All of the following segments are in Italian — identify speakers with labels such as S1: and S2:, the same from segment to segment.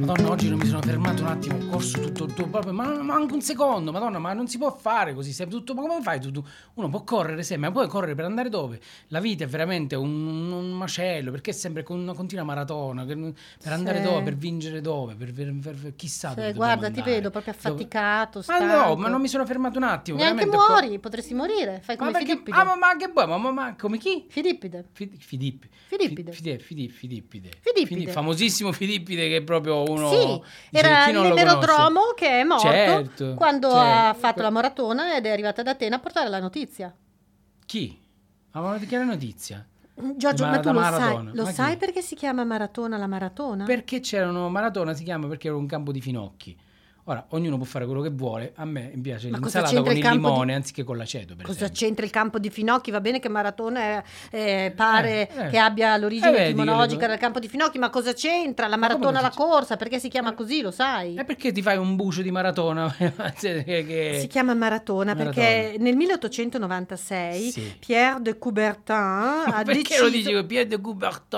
S1: Madonna, oggi non mi sono fermato un attimo, ho corso tutto il tuo proprio, ma, ma anche un secondo, Madonna, ma non si può fare così, sei tutto, ma come fai tu? tu- Uno può correre sempre, ma puoi correre per andare dove? La vita è veramente un, un macello, perché è sempre con una continua maratona, che non- per andare
S2: Sì.
S1: dove, per vincere dove, per, per- per- per- chissà
S2: Sì,
S1: dove dobbiamo
S2: Cioè, guarda, ti
S1: andare.
S2: vedo proprio
S1: Dove-
S2: affaticato,
S1: Ma no,
S2: stanco.
S1: ma non mi sono fermato un attimo,
S2: Neanche
S1: veramente ho cor-
S2: muori, potresti morire, fai
S1: Ma
S2: come
S1: perché,
S2: Filippide.
S1: ah, ma, ma che vuoi, ma, ma- ma come chi?
S2: Filippide.
S1: Fi- Filippe.
S2: Filippide.
S1: Fi- Fide- Fidi- Filippide.
S2: Filippide.
S1: Fili- famosissimo Filippide che è proprio uno...
S2: Sì,
S1: dice,
S2: era
S1: chi non
S2: nel
S1: lo conosce?
S2: velodromo che è morto
S1: Certo,
S2: quando ha
S1: certo.
S2: fatto la maratona ed è arrivata ad Atene a portare la notizia.
S1: Chi? Avevano di chiara notizia.
S2: Mm, Giorgio,
S1: Ma-
S2: ma
S1: da
S2: tu lo
S1: maratona,
S2: sai, lo
S1: ma chi?
S2: sai perché si chiama maratona la maratona?
S1: Perché c'erano Maratona, si chiama perché era un campo di finocchi. Ora, ognuno può fare quello che vuole. A me piace
S2: Ma cosa
S1: l'insalata
S2: c'entra
S1: con
S2: il
S1: il
S2: campo di-
S1: limone anziché con l'aceto, per
S2: Cosa
S1: esempio.
S2: c'entra il campo di Finocchi? Va bene che Maratona è- eh, pare
S1: Eh, eh.
S2: che abbia
S1: Eh,
S2: l'origine
S1: vedi, io
S2: etimologica
S1: dico-
S2: del campo di Finocchi, ma cosa c'entra? La
S1: Ma come
S2: Maratona,
S1: cosa
S2: la
S1: c'entra?
S2: corsa, perché si chiama così, lo sai?
S1: E perché ti fai un bucio di Maratona? Cioè, che- che-
S2: Si chiama Maratona perché nel 1896
S1: Sì.
S2: Pierre de Coubertin ha
S1: Ma perché
S2: Ah, deciso...
S1: lo dici con Pierre de Coubertin?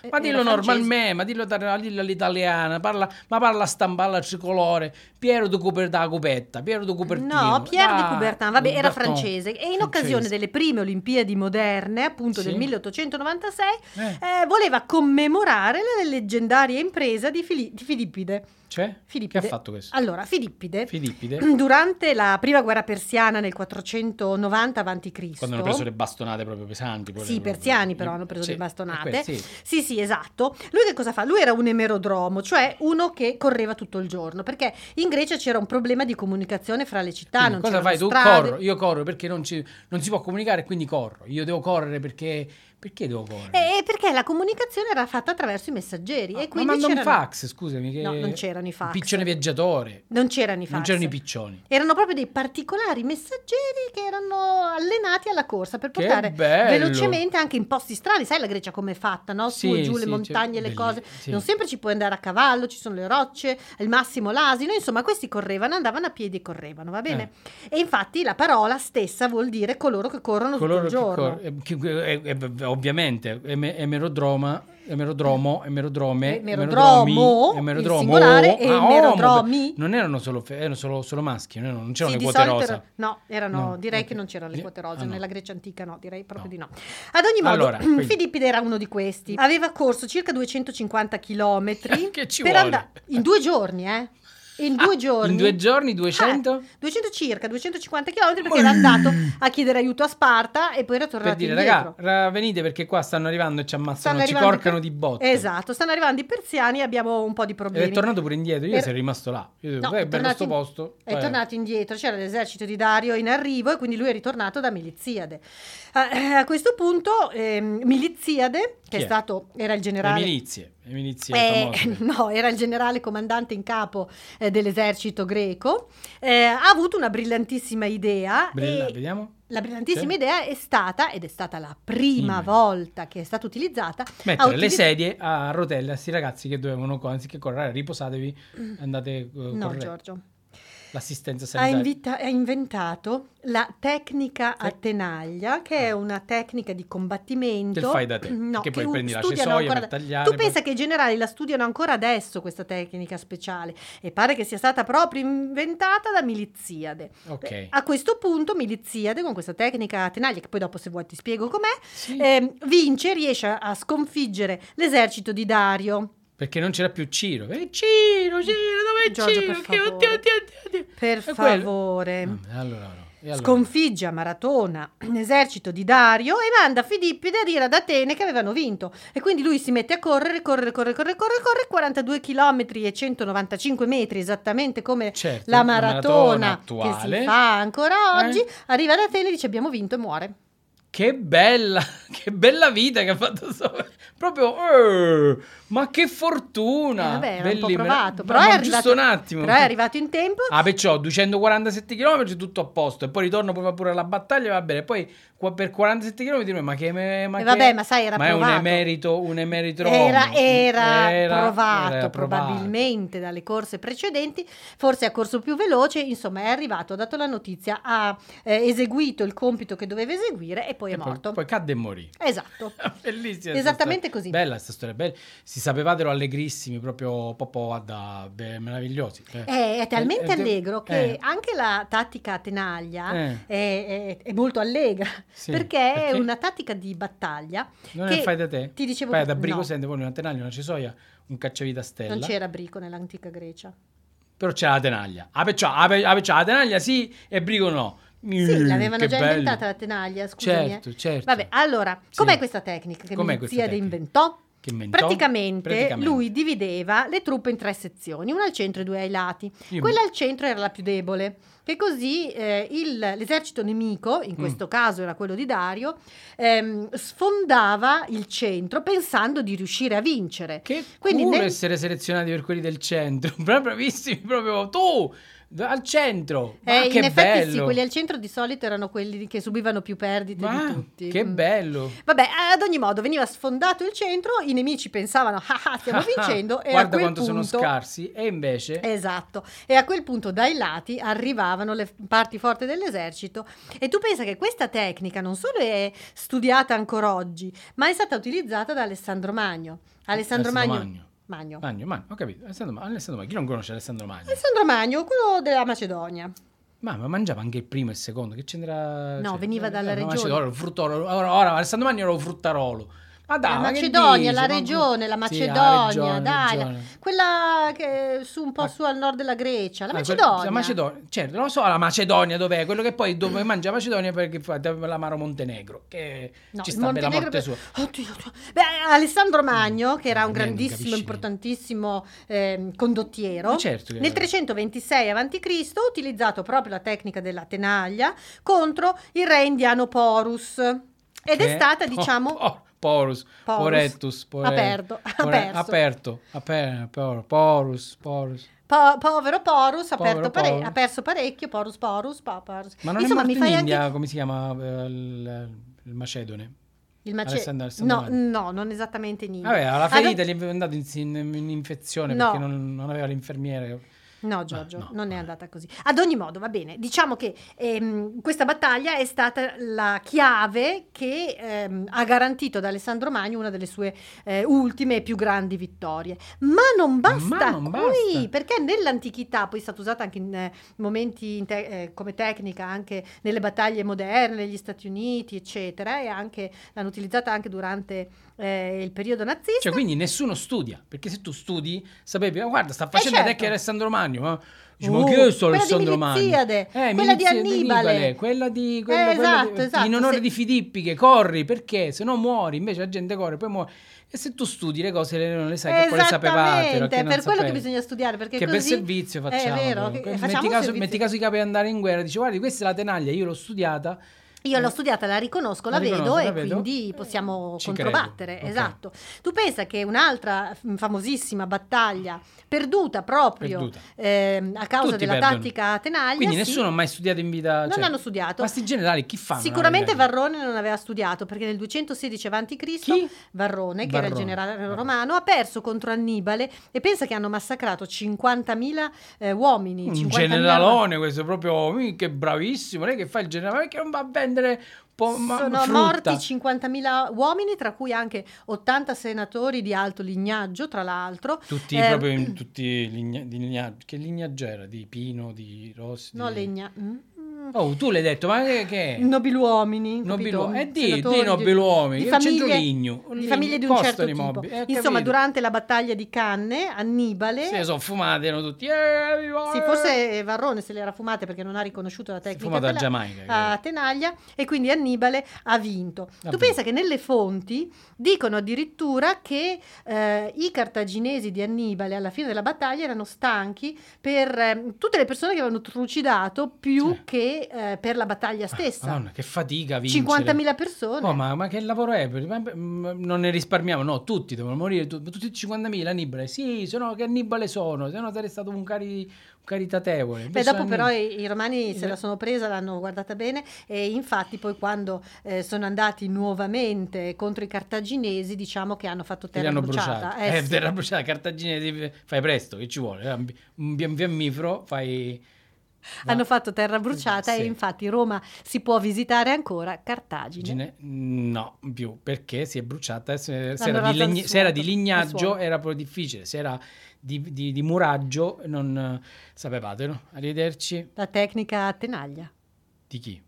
S2: Eh,
S1: Ma
S2: era
S1: dillo normalmente, ma dillo, tar- dillo all'italiana, parla, ma parla stamballa tricolore. Piero de Coubertin, la cupetta, Piero de Coubertin.
S2: No, Pierre de
S1: Dai,
S2: Coubertin, vabbè, era
S1: Coubertin.
S2: francese e in
S1: Francese.
S2: occasione delle prime Olimpiadi moderne, appunto del
S1: Sì.
S2: 1896,
S1: Eh,
S2: eh, voleva commemorare la leggendaria impresa di, Fili- di Filippide.
S1: cioè? Chi
S2: Filippide.
S1: ha fatto questo?
S2: Allora, Filippide,
S1: Filippide,
S2: durante la prima guerra persiana nel 490 a.C.,
S1: quando hanno preso le bastonate proprio pesanti. quelle
S2: Sì, i
S1: proprio-
S2: persiani però hanno preso le bastonate.
S1: eh, quelle, sì.
S2: Sì, sì, esatto. Lui che cosa fa? Lui era un emerodromo, cioè uno che correva tutto il giorno, perché in Grecia c'era un problema di comunicazione fra le città,
S1: Quindi
S2: non
S1: cosa
S2: c'erano
S1: fai tu?
S2: strade.
S1: Corro, io corro perché non, ci- non si può comunicare, quindi corro. Io devo correre perché... Perché devo correre?
S2: Eh, eh, perché la comunicazione era fatta attraverso i messaggeri e
S1: Ah, ma
S2: quindi
S1: manda un
S2: c'erano
S1: fax, scusami. Che...
S2: No, non c'erano i fax.
S1: Piccione viaggiatore.
S2: Non c'erano i fax.
S1: Non c'erano i piccioni.
S2: Erano proprio dei particolari messaggeri che erano allenati alla corsa per
S1: Che
S2: portare
S1: bello!
S2: velocemente anche in posti strani. Sai la Grecia com'è fatta, no? Su
S1: Sì,
S2: e giù, le
S1: sì,
S2: montagne,
S1: cioè, belli-
S2: le cose.
S1: sì.
S2: Non sempre ci puoi andare a cavallo, ci sono le rocce, al massimo l'asino. Insomma, questi correvano, andavano a piedi e correvano, va bene?
S1: Eh.
S2: E infatti la parola stessa vuol dire coloro che corrono
S1: Coloro
S2: tutto
S1: che
S2: il giorno.
S1: cor- eh, chi- eh, eh, eh, ovviamente eme- emerodroma emerodromo emerodrome emerodromi,
S2: Emerodromo, il
S1: emerodromo
S2: singolare, e
S1: ah, omo,
S2: emerodromi.
S1: non erano solo, fe- erano solo, solo maschi non, erano- non c'erano
S2: Sì,
S1: le
S2: di
S1: quote
S2: solito
S1: rosa
S2: era- no, erano,
S1: No,
S2: direi
S1: ok.
S2: che non c'erano le
S1: Di-
S2: quote rosa
S1: ah, no.
S2: nella Grecia antica, no, direi proprio
S1: No.
S2: di no. Ad ogni modo,
S1: Allora, quindi-
S2: Filippide era uno di questi. Aveva corso circa 250 chilometri
S1: Che ci
S2: per
S1: vuole?
S2: andare in due giorni, eh? In due
S1: Ah,
S2: giorni.
S1: in due giorni 200
S2: 200 circa 250 chilometri perché era andato a chiedere aiuto a Sparta e poi era tornato
S1: per dire
S2: indietro.
S1: raga ra- venite perché qua stanno arrivando e ci ammazzano
S2: Stanno
S1: ci
S2: arrivando i
S1: porcano
S2: per-
S1: di botte
S2: Esatto, stanno arrivando i persiani e abbiamo un po' di
S1: ed è
S2: problemi.
S1: tornato pure indietro io
S2: Per-
S1: sono rimasto là io dico,
S2: No,
S1: "Beh,
S2: è
S1: bello sto
S2: tornato in-
S1: posto
S2: È
S1: Eh,
S2: tornato indietro, c'era l'esercito di Dario in arrivo e quindi lui è ritornato da Miliziade. A, a questo punto ehm, Miliziade, che
S1: Chi
S2: è
S1: è?
S2: stato, era il
S1: le
S2: generale...
S1: milizie le milizie
S2: eh,
S1: famose
S2: no, era il generale comandante in capo eh, dell'esercito greco, eh, ha avuto una brillantissima idea.
S1: Brilla-
S2: e
S1: vediamo
S2: la brillantissima
S1: Sì. Mm.
S2: idea è stata, ed è stata la prima
S1: Prima.
S2: volta che è stata utilizzata,
S1: Mettere
S2: Ah,
S1: le
S2: utilizz-
S1: sedie a rotelle a sti ragazzi che dovevano, co- anziché correre, riposatevi, andate eh,
S2: Mm. no
S1: correre.
S2: Giorgio,
S1: L'assistenza
S2: ha,
S1: sanitaria.
S2: invita- ha inventato la tecnica a
S1: Tec-
S2: tenaglia, che è una tecnica di combattimento.
S1: Del fai da te,
S2: No,
S1: Ah. che poi
S2: u-
S1: prendi la
S2: studiano
S1: cesoia per
S2: ancora da-
S1: tagliare,
S2: Tu
S1: poi-
S2: pensa che i generali la studiano ancora adesso questa tecnica speciale e pare che sia stata proprio inventata da Miliziade.
S1: Ok.
S2: A questo punto Miliziade con questa tecnica a tenaglia, che poi dopo se vuoi ti spiego com'è,
S1: Sì,
S2: ehm, vince e riesce a- a sconfiggere l'esercito di Dario.
S1: Perché non c'era più Ciro. Eh, Ciro, Ciro, dove è
S2: Mm. Giorgio,
S1: Ciro?
S2: per
S1: Che-
S2: favore.
S1: oddio, oddio, oddio, oddio.
S2: Per
S1: È quello.
S2: favore.
S1: Ah, allora, no. E allora?
S2: Sconfigge a Maratona l'esercito di Dario e manda Filippide a dire ad Atene che avevano vinto. E quindi lui si mette a correre, correre, correre, correre, correre, correre, 42 km e 195 metri, esattamente come
S1: Certo,
S2: la maratona, che
S1: attuale.
S2: si fa ancora
S1: Eh?
S2: oggi. Arriva ad Atene e dice abbiamo vinto e muore.
S1: Che bella, che bella vita che ha fatto Sofia. Proprio, eh, ma che fortuna.
S2: Eh, vabbè, era un po'
S1: Bellissima.
S2: provato,
S1: Ma-
S2: però è
S1: ma
S2: arrivato-
S1: Giusto un attimo.
S2: Però è arrivato in tempo.
S1: Ah, perciò 247 km tutto a posto e poi ritorno poi va pure alla battaglia, va bene. Poi qua- per 47 km, ma che me- ma
S2: e
S1: che-
S2: Eh, vabbè, ma sai, era
S1: ma è un
S2: provato.
S1: emerito, un emerito
S2: Era,
S1: uomo.
S2: era
S1: Era-
S2: provato
S1: era
S2: probabilmente dalle corse precedenti, forse ha corso più veloce, insomma è arrivato, ha dato la notizia, ha eh, eseguito il compito che doveva eseguire e poi
S1: E
S2: è morto.
S1: Poi cadde e morì.
S2: Esatto,
S1: Bellissima. sta
S2: esattamente
S1: storia.
S2: così.
S1: Bella sta storia, bella. Si sapevatelo allegrissimi, proprio proprio da beh, meravigliosi. Eh.
S2: È, è
S1: Eh, eh,
S2: talmente allegro che
S1: eh.
S2: anche la tattica a tenaglia
S1: Eh,
S2: è, è- è molto allegra
S1: sì,
S2: perché, è una tattica di battaglia.
S1: Non
S2: che
S1: ne fai da te?
S2: Ti dicevo
S1: Fai
S2: che-
S1: da brico,
S2: no,
S1: sente, poi una tenaglia, una cesoia, un cacciavite a stella.
S2: non c'era brico nell'antica Grecia.
S1: Mm, Però c'è la tenaglia. Ah, perciò, ah, per- ah, perciò la tenaglia sì e brico no.
S2: Sì,
S1: Mm,
S2: l'avevano
S1: che
S2: già
S1: bello.
S2: inventata la tenaglia, scusami. eh.
S1: Certo, certo.
S2: Vabbè, allora,
S1: Sì.
S2: com'è questa tecnica che
S1: Com'è
S2: mia
S1: questa
S2: zia
S1: tecnica?
S2: inventò?
S1: Che inventò?
S2: Praticamente,
S1: Praticamente.
S2: lui divideva le truppe in tre sezioni, una al centro e due ai lati.
S1: Io-
S2: Quella al centro era la più debole, che così eh, il- l'esercito nemico,
S1: Mm.
S2: in questo caso era quello di Dario, ehm, sfondava il centro pensando di riuscire a vincere.
S1: Che
S2: Quindi
S1: culo
S2: nel-
S1: essere selezionati per quelli del centro. Proprio bravissimi, proprio tu al centro. Ma
S2: Eh,
S1: che
S2: in effetti
S1: bello.
S2: sì, quelli al centro di solito erano quelli che subivano più perdite di
S1: Ma
S2: tutti.
S1: che
S2: Mm.
S1: bello.
S2: Vabbè, ad ogni modo veniva sfondato il centro, i nemici pensavano ah, ah, stiamo vincendo e a
S1: Guarda
S2: quel
S1: quanto sono
S2: punto
S1: scarsi. E invece...
S2: Esatto, e a quel punto dai lati arrivavano le parti forti dell'esercito e tu pensa che questa tecnica non solo è studiata ancora oggi, ma è stata utilizzata da Alessandro Magno. Alessandro Magno. Magno.
S1: Magno, Magno, ho capito. Alessandro Magno, Alessandro Magno. Chi non conosce Alessandro Magno?
S2: Alessandro Magno, quello della Macedonia.
S1: Ma, ma mangiava anche il primo e il secondo, che c'entra?
S2: No,
S1: cioè,
S2: veniva
S1: eh,
S2: dalla
S1: eh, ma
S2: regione.
S1: Macedonio, il fruttarolo. Ora, ora Alessandro Magno era un fruttarolo. Ma dai,
S2: la
S1: ma che
S2: Macedonia,
S1: dici?
S2: la
S1: Ma-
S2: regione, la
S1: Sì, la
S2: Macedonia,
S1: regione,
S2: dai, la-
S1: regione.
S2: quella che è su un po'
S1: Ma-
S2: su al nord della Grecia, Ah. la
S1: Ah, quel-
S2: Macedonia.
S1: La Macedonia, certo, non lo so la Macedonia dov'è, quello che poi dove mangia la Macedonia perché fa l'amaro Montenegro, che
S2: No,
S1: ci
S2: il
S1: sta per la
S2: Montenegro
S1: morte
S2: per-
S1: sua.
S2: Oddio, oddio. Beh, Alessandro Magno, che era un
S1: Eh, non capisci
S2: grandissimo,
S1: niente.
S2: importantissimo ehm, condottiero,
S1: Ma certo che-
S2: nel 326 a.C. ha utilizzato proprio la tecnica della tenaglia contro il re indiano Porus. Ed è
S1: che- Oh,
S2: stata,
S1: po-
S2: diciamo,
S1: po- Eh? Porus,
S2: Porus.
S1: Poretus, pore-
S2: Aperto, ha
S1: pore-
S2: perso.
S1: aperto, aper- por- Porus, Porus.
S2: po- povero Porus, ha
S1: Povero
S2: perto pare-
S1: Porus.
S2: ha perso parecchio, Porus, Porus, pa- Porus.
S1: Ma non
S2: Insomma,
S1: è
S2: mi
S1: morto
S2: fai
S1: in
S2: anche
S1: India, come si chiama eh, il, il macedone?
S2: il mace-
S1: Alessandro- Alessandro
S2: No,
S1: Magno.
S2: no, non esattamente niente.
S1: Vabbè, alla
S2: Allora-
S1: ferita gli è andato in, in, in infezione
S2: No.
S1: perché non, non aveva l'infermiere.
S2: No, Giorgio,
S1: no,
S2: non è
S1: vabbè.
S2: andata così. Ad ogni modo, va bene. Diciamo che ehm, questa battaglia è stata la chiave che ehm, ha garantito ad Alessandro Magno una delle sue eh, ultime e più grandi vittorie. Ma non basta
S1: Ma non
S2: qui,
S1: basta.
S2: perché nell'antichità, poi è stata usata anche in eh, momenti in te- eh, come tecnica anche nelle battaglie moderne, negli Stati Uniti, eccetera, e anche l'hanno utilizzata anche durante eh, il periodo nazista.
S1: Cioè, quindi nessuno studia, perché se tu studi, sapevi, "Ah, guarda, sta facendo
S2: certo.
S1: la tecnica di Alessandro Magno. Ma, dici, ma
S2: Uh,
S1: che è sto
S2: quella di
S1: Alessandro Eh, Magno?
S2: Miliziade, quella di
S1: Miliziade,
S2: Annibale.
S1: quella di...
S2: Eh,
S1: Quella, quella di-
S2: esatto, esatto,
S1: In onore
S2: se-
S1: di Filippi che corri, perché se no muori, invece la gente corre, poi muore. E se tu studi le cose le- non le sai, che poi le sapevate.
S2: Esattamente,
S1: perché non
S2: per quello che
S1: sapevi.
S2: bisogna studiare, perché
S1: che
S2: così... Eh,
S1: bel servizio
S2: è
S1: facciamo.
S2: vero,
S1: però.
S2: che-
S1: metti,
S2: facciamo un
S1: caso,
S2: servizio.
S1: metti caso di capi andare in guerra, dici guardi, questa è la tenaglia, io l'ho studiata,
S2: Io l'ho studiata, la riconosco, la,
S1: Eh. La riconosco,
S2: vedo
S1: la
S2: e
S1: vedo.
S2: quindi possiamo
S1: Ci credo,
S2: controbattere.
S1: ok.
S2: Esatto. Tu pensa che un'altra mm, famosissima battaglia perduta proprio
S1: perduta.
S2: ehm, a causa
S1: Tutti
S2: della
S1: perdono.
S2: tattica tenaglia,
S1: Quindi
S2: sì,
S1: nessuno ha mai studiato in vita.
S2: non
S1: cioè,
S2: l'hanno studiato.
S1: Ma sti generali chi fanno?
S2: Esatto. Sicuramente
S1: Varrone
S2: Varrone non aveva studiato perché nel 216 a.C.
S1: Chi?
S2: Varrone, che era il
S1: Varrone.
S2: generale
S1: Varrone.
S2: romano, ha perso contro Annibale e pensa che hanno massacrato 50.000 eh, uomini.
S1: Un
S2: 50.000
S1: generalone questo proprio, mm, che bravissimo, lei che fa il generale, che non va a vendere po- oh, ma-
S2: Sono morti
S1: frutta.
S2: 50.000 uomini, tra cui anche 80 senatori di alto lignaggio, tra l'altro.
S1: Tutti
S2: Eh,
S1: proprio, in- tutti ligna- di ligna- che lignaggio era? Di Pino, di Rossi?
S2: No,
S1: di-
S2: legna. mm,
S1: Oh, tu l'hai detto, ma che, che è?
S2: Nobiluomini,
S1: Nobiluo-
S2: capito? Mm,
S1: eh, di,
S2: Senatori
S1: di nobiluomini,
S2: di
S1: io
S2: famiglie-
S1: c'entro ligno,
S2: di
S1: ligno,
S2: famiglie di un
S1: costano
S2: certo
S1: i
S2: tipo.
S1: mobili, eh, ho
S2: Insomma,
S1: capito.
S2: durante la battaglia di Canne, Annibale
S1: Se sono fumate, erano tutti. Eh, viva!
S2: Sì, forse Varrone se le era fumate perché non ha riconosciuto la
S1: Si
S2: tecnica
S1: fuma da
S2: tela-
S1: Giamaica.
S2: a
S1: credo.
S2: Tenaglia e quindi Annibale ha
S1: Eh, Ha
S2: vinto. tu
S1: vinto.
S2: pensa che nelle fonti dicono addirittura che eh, i cartaginesi di Annibale alla ehm, fine della battaglia erano stanchi per eh, tutte le persone che avevano trucidato più
S1: Eh.
S2: che e eh, per la battaglia stessa.
S1: Ah, Madonna, che fatica vincere.
S2: 50.000 persone.
S1: Oh, ma, ma che lavoro è? Ma- ma- Non ne risparmiamo, no, tutti devono morire, tu- tutti i 50.000 Annibale. Sì, se no che Annibale sono, se no sarei stato un, cari- un caritatevole.
S2: Beh,
S1: Invece
S2: dopo però
S1: Annibale-
S2: i, i romani se
S1: Beh.
S2: la sono presa, l'hanno guardata bene e infatti poi quando eh, sono andati nuovamente contro i cartaginesi diciamo che hanno fatto
S1: Te li
S2: terra
S1: hanno
S2: bruciata.
S1: bruciati.
S2: Eh,
S1: Eh,
S2: sì.
S1: terra bruciata, Cartagine, devi- fai presto, che ci vuole? Eh, Un bi- un fiammifero, fai...
S2: Hanno fatto terra bruciata
S1: Sì.
S2: e infatti Roma si può visitare ancora Cartagine.
S1: Gine- No, più perché si è bruciata. Se, se
S2: L'hanno
S1: era, di
S2: rasa al
S1: legni-
S2: suolo,
S1: se era di
S2: al
S1: lignaggio
S2: suolo.
S1: era proprio difficile, se era di, di- di muraggio non sapevate, no? Arrivederci.
S2: La tecnica a tenaglia.
S1: Di chi?